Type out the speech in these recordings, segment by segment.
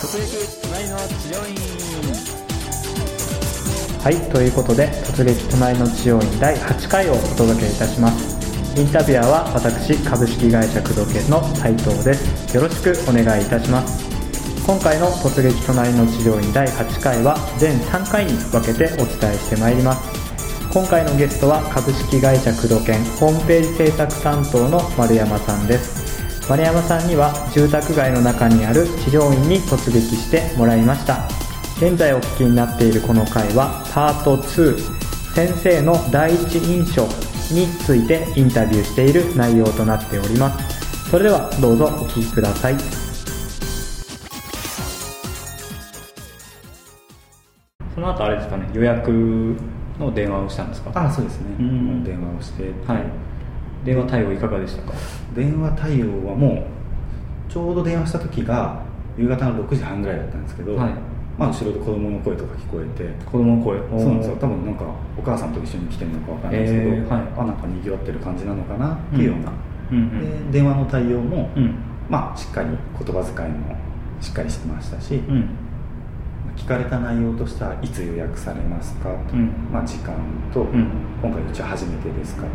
突撃隣の治療院はい、ということで「突撃隣の治療院」第8回をお届けいたしますインタビュアーは私株式会社工藤研の斉藤ですよろしくお願いいたします今回の「突撃隣の治療院」第8回は全3回に分けてお伝えしてまいります今回のゲストは株式会社工藤研ホームページ制作担当の丸山さんです丸山さんには住宅街の中にある治療院に突撃してもらいました現在お聞きになっているこの回はパート2先生の第一印象についてインタビューしている内容となっておりますそれではどうぞお聞きくださいその後あれですかね予約の電話をしたんですかあそうですねうん電話をして、はい電話対応いかがでしたか電話対応はもうちょうど電話した時が夕方の6時半ぐらいだったんですけど、はいまあ後ろで子供の声とか聞こえて子供の声そそうなんですよ多分なんかお母さんと一緒に来てるのかわかんないですけど、えーはいあなんかにぎわってる感じなのかなっていうような、うんうんで電話の対応も、うんまあしっかり言葉遣いもしっかりしてましたし、うん聞かれた内容としてはいつ予約されますかと、うんまあ、時間と、ん今回うちは初めてですかと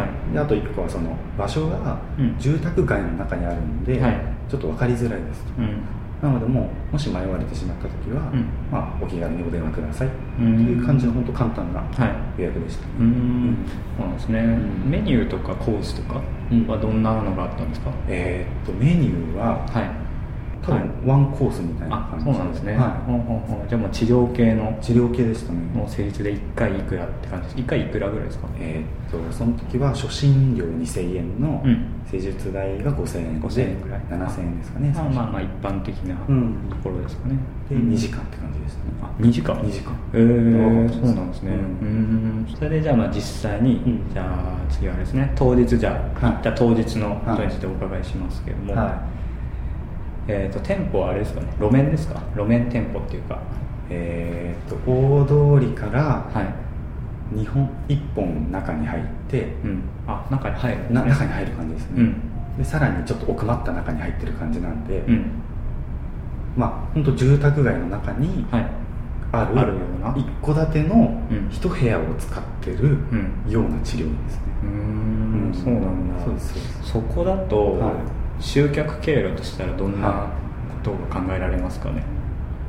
はいであと1個はその場所がうん住宅街の中にあるんで、はいちょっと分かりづらいですとうんなのでもうもし迷われてしまった時は、うんまあ、お気軽にお電話くださいとうんいう感じの本当簡単なはい予約でした、うーん、そうなんですね、んメニューとかコースとかうんはどんなのがあったんですか、えーっとメニューははい多分ワンコースみたいなあ感じそうなんですね、ほはんほんほんじゃあもう治療系のい、治療系でしたねもう成立で1回いくらって感じです1回いくらぐらいですかえーっとその時は初診料2000円のうん施術代が5000円で5000円くらい7000円ですかねまあまあまあ一般的なうんところですかね、でうん2時間って感じでしたねあ2時間2時間えー、長かったそうなんですね、うん、それでじゃあまあ実際に、うんじゃあ次はあれですね当日じゃあ、はい行った当日のはいことについてお伺いしますけども、はえー、と店舗はあれですかね路面ですか路面店舗っていうかいえーっと大通りからはい2本1本中に入ってうんあ中に入るんですねな中に入る感じですうねんでさらにちょっと奥まった中に入ってる感じなんでうんまあ本当住宅街の中にはいあるあるような一戸建てのうん一部屋を使ってるうんような治療院ですねうーんそうなんだそうですそうですそこだと、はい集客経路としたらどんなはことが考えられますかね、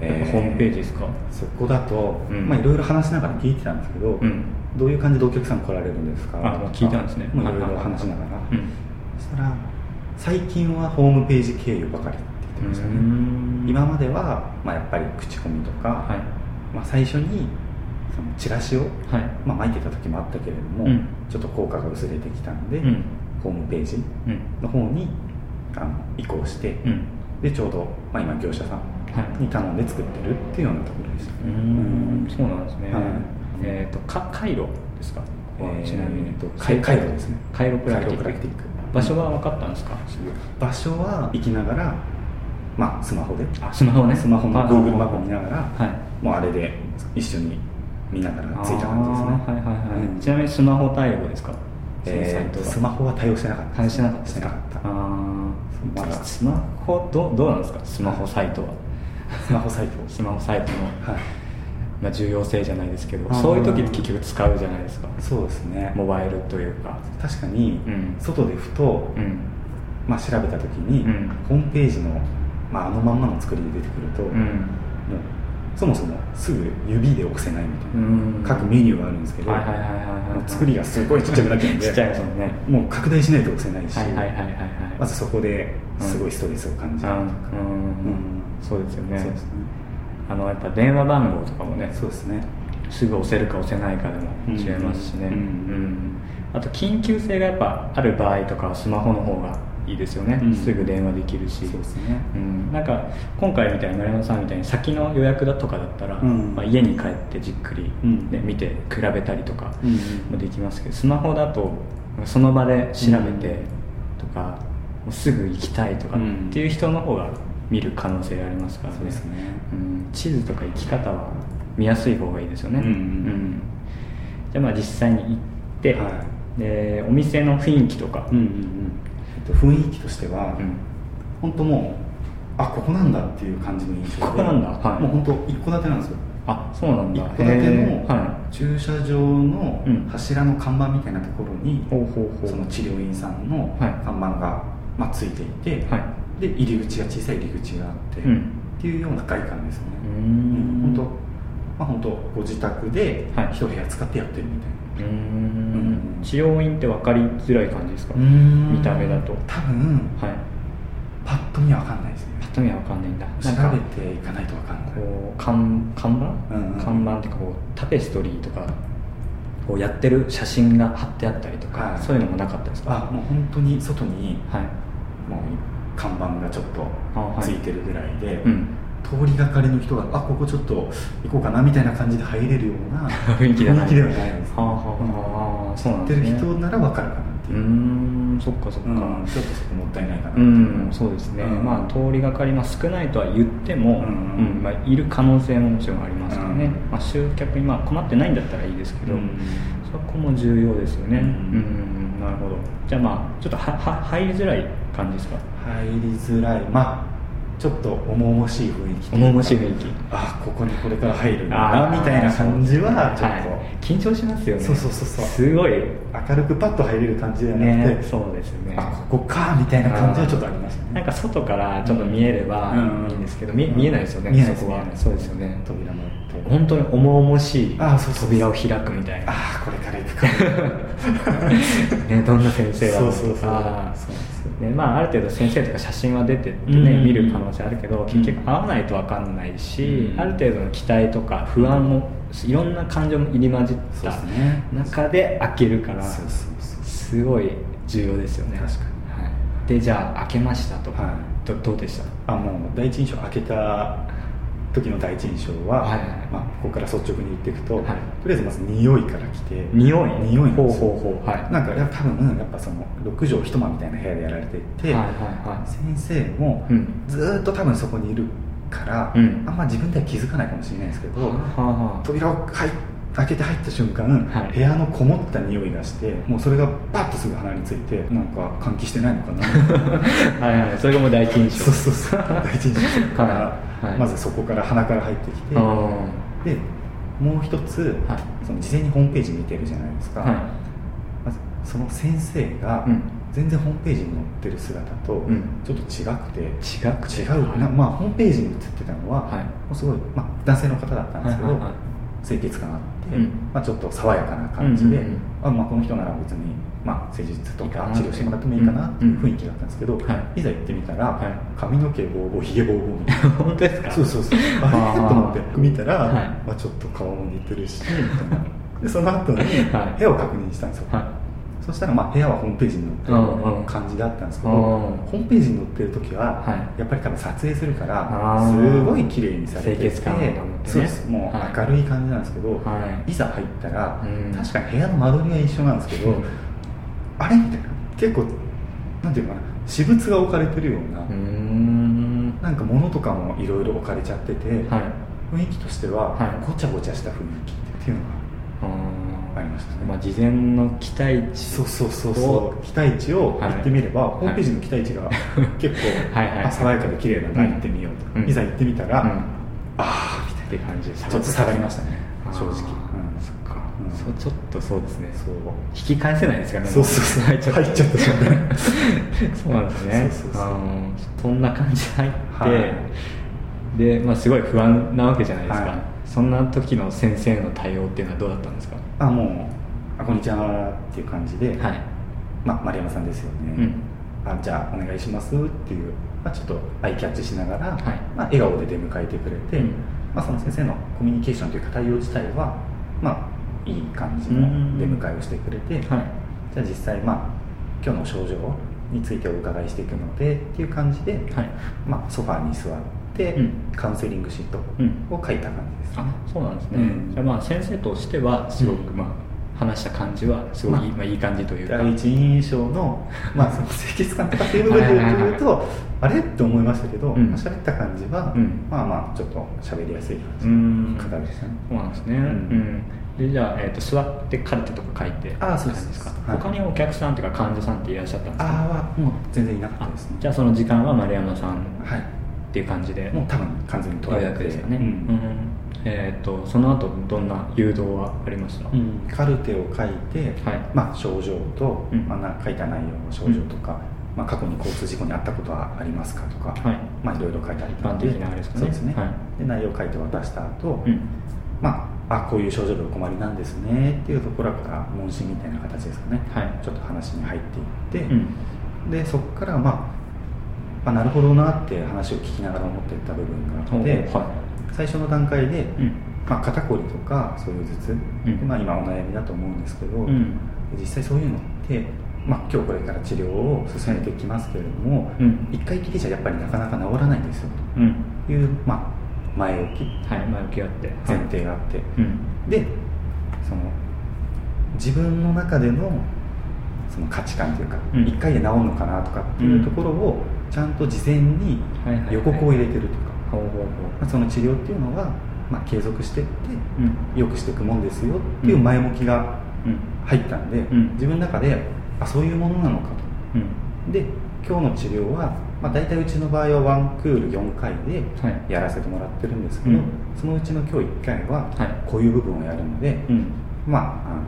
えやっーぱホームページですかそこだと、うんまあいろいろ話しながら聞いてたんですけど、うんどういう感じでお客さん来られるんですかあもう聞いたんですねもういろいろ話しながら、うんそしたら最近はホームページ経由ばかりって言ってましたね、今までは、まあ、やっぱり口コミとか、はまあ、最初にそのチラシを、いはいまあ、巻いてた時もあったけれども、うんちょっと効果が薄れてきたんで、うんホームページうんの方にあの移行して、うんでちょうど、まあ、今業者さはいんに頼んで作ってるっていうようなところでしたねうーんそうなんですね、はいえっ、とか回路ですか、えーちなみにとカイカイロですねカイロプラクティックカイロプラクティック場所は分かったんですか、場所は行きながら、まあ、スマホであスマホねスマホのあ Google マップ見ながら、はいもうあれで一緒に見ながらついた感じですねあーはいはいはい、うんちなみにスマホ対応ですかえーとスマホホは対応してなかった対応してなかったでしすてかなかったあまあだスマホどうどうなんですかスマホサイ トはスマホサイトスマホサイトの、はいまあ、重要性じゃないですけどあーそういう時って結局使うじゃないですかそうですねモバイルというか確かに、うん外でふと、うんまあ、調べた時に、うんホームページの、まあ、あのまんまの作りで出てくると、うもうんそもそもすぐ指で押せないみたいな、うん各メニューがあるんですけど、はいはいはいはいはいもう作りがすごいちっちゃくなっちゃうんでちっちゃいですもんねもう拡大しないと押せないし、はいはいはいはいはいまずそこですごいストレスを感じるとか、うんうんそうですよねそうですねあのやっぱ電話番号とかもねそうですねすぐ押せるか押せないかでも違いますしね、うんうんあと緊急性がやっぱある場合とかはスマホの方がいいですよね、うんすぐ電話できるしそうですねうん、なんか今回みたいに丸山さんみたいに先の予約だとかだったら、うんまあ、家に帰ってじっくり、うんね見て比べたりとかうんもできますけど、スマホだとその場で調べてとか、もうすぐ行きたいとかっていう人の方が見る可能性がありますからねそうですねうん、地図とか行き方は見やすい方がいいですよね、うんんじゃあまあ実際に行って、はでお店の雰囲気とか、うんうんうんえっと、雰囲気としては、うん本当もうあここなんだっていう感じの印象でここなんだはいもう本当一戸建てなんですよあそうなんだ一戸建てへのーは駐車場のうん柱の看板みたいなところにい、ほうほうほうその治療院さんのはい看板が、まあ、ついていて、はで入り口が小さい入り口があって、いうんっていうような外観ですよねうーうんん本当まあ本当ご自宅ではい一部屋使ってやってるみたいな、うーん治療院って分かりづらい感じですか見た目だと多分はいパッと見は分かんないですねパッと見は分かんないんだ調なんかべていかないと分かんないこう看看板、うんうん看板っていうかこうタペストリーとかこうやってる写真が貼ってあったりとか、はいそういうのもなかったですかあもう本当に外にはいもう看板がちょっとあはいついてるぐらいで、うん通りがかりの人があここちょっと行こうかなみたいな感じで入れるような雰囲気ではない雰囲気ではないです、はあはあはあそうなやんってでするね人なら分かるかなってういーう、んそっかそっか、うんちょっとそこもったいないかなってういん、そうですね、うんまあ通りがかりが少ないとは言っても、ううんんまあ、いる可能性ももちろんありますからね、うんまあ、集客にまあ困ってないんだったらいいですけど、うんそこも重要ですよね、ううんん、なるほどじゃあまあちょっとはは入りづらい感じですか入りづらいまあちょっと重々しい雰囲気とうか重々しい雰囲気あここにこれから入るんだなみたいな感じはちょっと、はい緊張しますよねそうそうそうそうすごい明るくパッと入れる感じではなくて、ねそうですねあここかみたいな感じはちょっとありましたねなんか外からちょっと見えればうんいいんですけど、うんみ見えないですよね、見えないですそこは見えないそうですよね扉もあって本当に重々しいあそうそうそう扉を開くみたいなああこれから行くか ね、どんな先生だろうとか そうそうそうあーそうなんですよねまあ、ある程度先生とか写真は出てって、ねうん見る可能性あるけど結局合わないと分かんないし、うんある程度の期待とか不安も、いろんな感情も入り混じっそうたですね中で開けるからそうそうそうすごい重要ですよね確かに、はい、でじゃあ開けましたと、はどどうでしたあもう第一印象開けた時の第一印象は、はいはいはいまあ、ここから率直に言っていくと、はいとりあえずまず匂いから来て匂い匂いなんほうですよほうほうはいなんかやっぱ多分やっぱその6畳一間みたいな部屋でやられていて、はいはいはい先生もうんずーっと多分そこにいるから、うんあんま自分では気づかないかもしれないですけど、はあはあ扉を開開けて入った瞬間、はい部屋のこもった匂いがしてもうそれがパッとすぐ鼻についてなんか換気してないの かなはいはいそれがもう第一印象そうそうそう第一印象から、はいはいまずそこから鼻から入ってきてあーでもう一つ、はいその事前にホームページ見てるじゃないですか、はまずその先生がうん全然ホームページに載ってる姿とうんちょっと違くて、い違くて違うな、まあ、ホームページに写ってたのは、はいもうすごい、まあ、男性の方だったんですけど、はいはいはい清潔感あって、うんまあ、ちょっと爽やかな感じで、うんうんうんあまあ、この人なら別に、まあ、施術といいかかな治療してもらってもいいかなっていう雰囲気だったんですけど、んうんはいい、ざ行ってみたら、はい髪の毛ボーボーひげボーボーみたいな。 本当ですかそうそうそうああれーと思って見たら、はいまあ、ちょっと顔も似てるしみたいなでその後にはい部屋を確認したんですよ、はそしたらまあ部屋はホームページに載ってる感じだったんですけど、うんうんホームページに載ってる時は、はやっぱり多分撮影するからあーすごい綺麗にされてて清潔感を保ってねそうですもはいう明るい感じなんですけど、、い、はいざ入ったら、うん確かに部屋の間取りは一緒なんですけど、うんあれみたいな結構なんていうのかな私物が置かれてるような、うーんなんか物とかもいろいろ置かれちゃってて、はい雰囲気としては、はいごちゃごちゃした雰囲気っていうのあがありましたね、ーまあ事前の期待値そうそうそうそう期待値をはい言ってみれば、いホームページの期待値が結構 はいはいあ爽やかで綺麗なんだうん行ってみようと、うんいざ行ってみたら、うんああみたいって感じでなちょっと下がりましたねあー正直、うんそっか、うんそうちょっとそうですねそう引き返せないですからねそうそうそう入っちゃった入っちゃった瞬間 そうなんですねそうそうそうあのそんな感じで入って、はで、まあ、すごい不安なわけじゃないですか、はいそんな時の先生の対応っていうのはどうだったんですかあもうあこんにちはっていう感じで、はいまあ、丸山さんですよね、うんあじゃあお願いしますっていう、まあ、ちょっとアイキャッチしながら、はいまあ、笑顔で出迎えてくれて、うんまあ、その先生のコミュニケーションというか対応自体は、まあ、いい感じの出迎えをしてくれて、はいじゃあ実際、まあ、今日の症状についてお伺いしていくのでっていう感じで、はいまあ、ソファーに座って、うんカウンセリングシートうんを書いた感じですね、あそうなんですね、うんじゃあまあ先生としてはすごく、うまあ、話した感じはすごいいい,、まあまあ、いい感じというか第一印象 の,、まあその清潔感とかっていう部分で言うとあれって思いましたけど、うんまあ喋った感じは、うんまあまあちょっと喋りやすい感じうのん方でしたね、そうなんですね、ううんんでじゃあ、えー、と座ってカルテとか書いてあーそうです書いてはい他にお客さんというか患者さんっていらっしゃったんですあかあはもう全然いなかったですねじゃあその時間は丸山さんはいっていう感じでもう多分完全に予取られ約てですかね、ううんんえー、とその後どんな誘導はありました、うんカルテを書いて、はいまあ、症状と、うんまあな、書いた内容の症状とか、まあ、過去に交通事故にあったことはありますかとか、はいまあ、いろいろ書いてあり一般的なあれですかねそうですね、はで内容を書いて渡した後、うんまあ、あこういう症状でお困りなんですねっていうところから問診みたいな形ですかね、はいちょっと話に入っていって、うんでそこから、まあ、あなるほどなって話を聞きながら思っていった部分があって、は最初の段階で、いうんまあ、肩こりとかそういう頭痛、うんでまあ、今お悩みだと思うんですけど、うん実際そういうのって、まあ、今日これから治療を進めていきますけれども、うん一回きりじゃやっぱりなかなか治らないんですようんという、まあ、前置きはい前置きがあってはい前提があって、うんでその自分の中でのその価値観というか、うん一回で治るのかなとかっていうところをちゃんと事前にはいはいはい予告を入れてるとか、ほうほうほうまあその治療っていうのは、まあ、継続してってうん良くしていくもんですよっていう前向きがうん入ったんで、うん自分の中であそういうものなのかとうんで今日の治療は、まあ、大体うちの場合はワンクール4回ではいやらせてもらってるんですけど、うんそのうちの今日1回ははこういう部分をやるので、うんまああの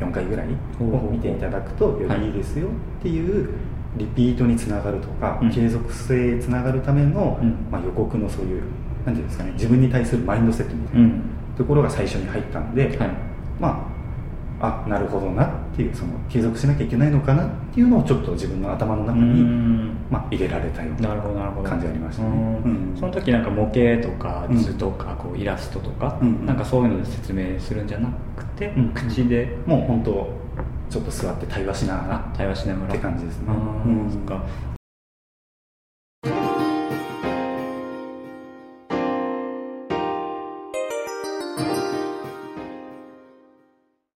4回ぐらいを見ていただくとよりいいですよっていうリピートにつながるとか、うん継続性につながるための、うんまあ、予告のそういう何ていうんですかね自分に対するマインドセットみたいうなんところが最初に入ったんで、はいまああなるほどなっていうその継続しなきゃいけないのかなっていうのをちょっと自分の頭のう中に、んまあ、入れられたようななるほどなるほど感じありましたねうんうんその時なんか模型とかうん図とかこうイラストとか、うんなんかそういうので説明するんじゃなくて、うん口でもう本当ちょっと座って対話しながあら対話しながらって感じですねあーうんそっか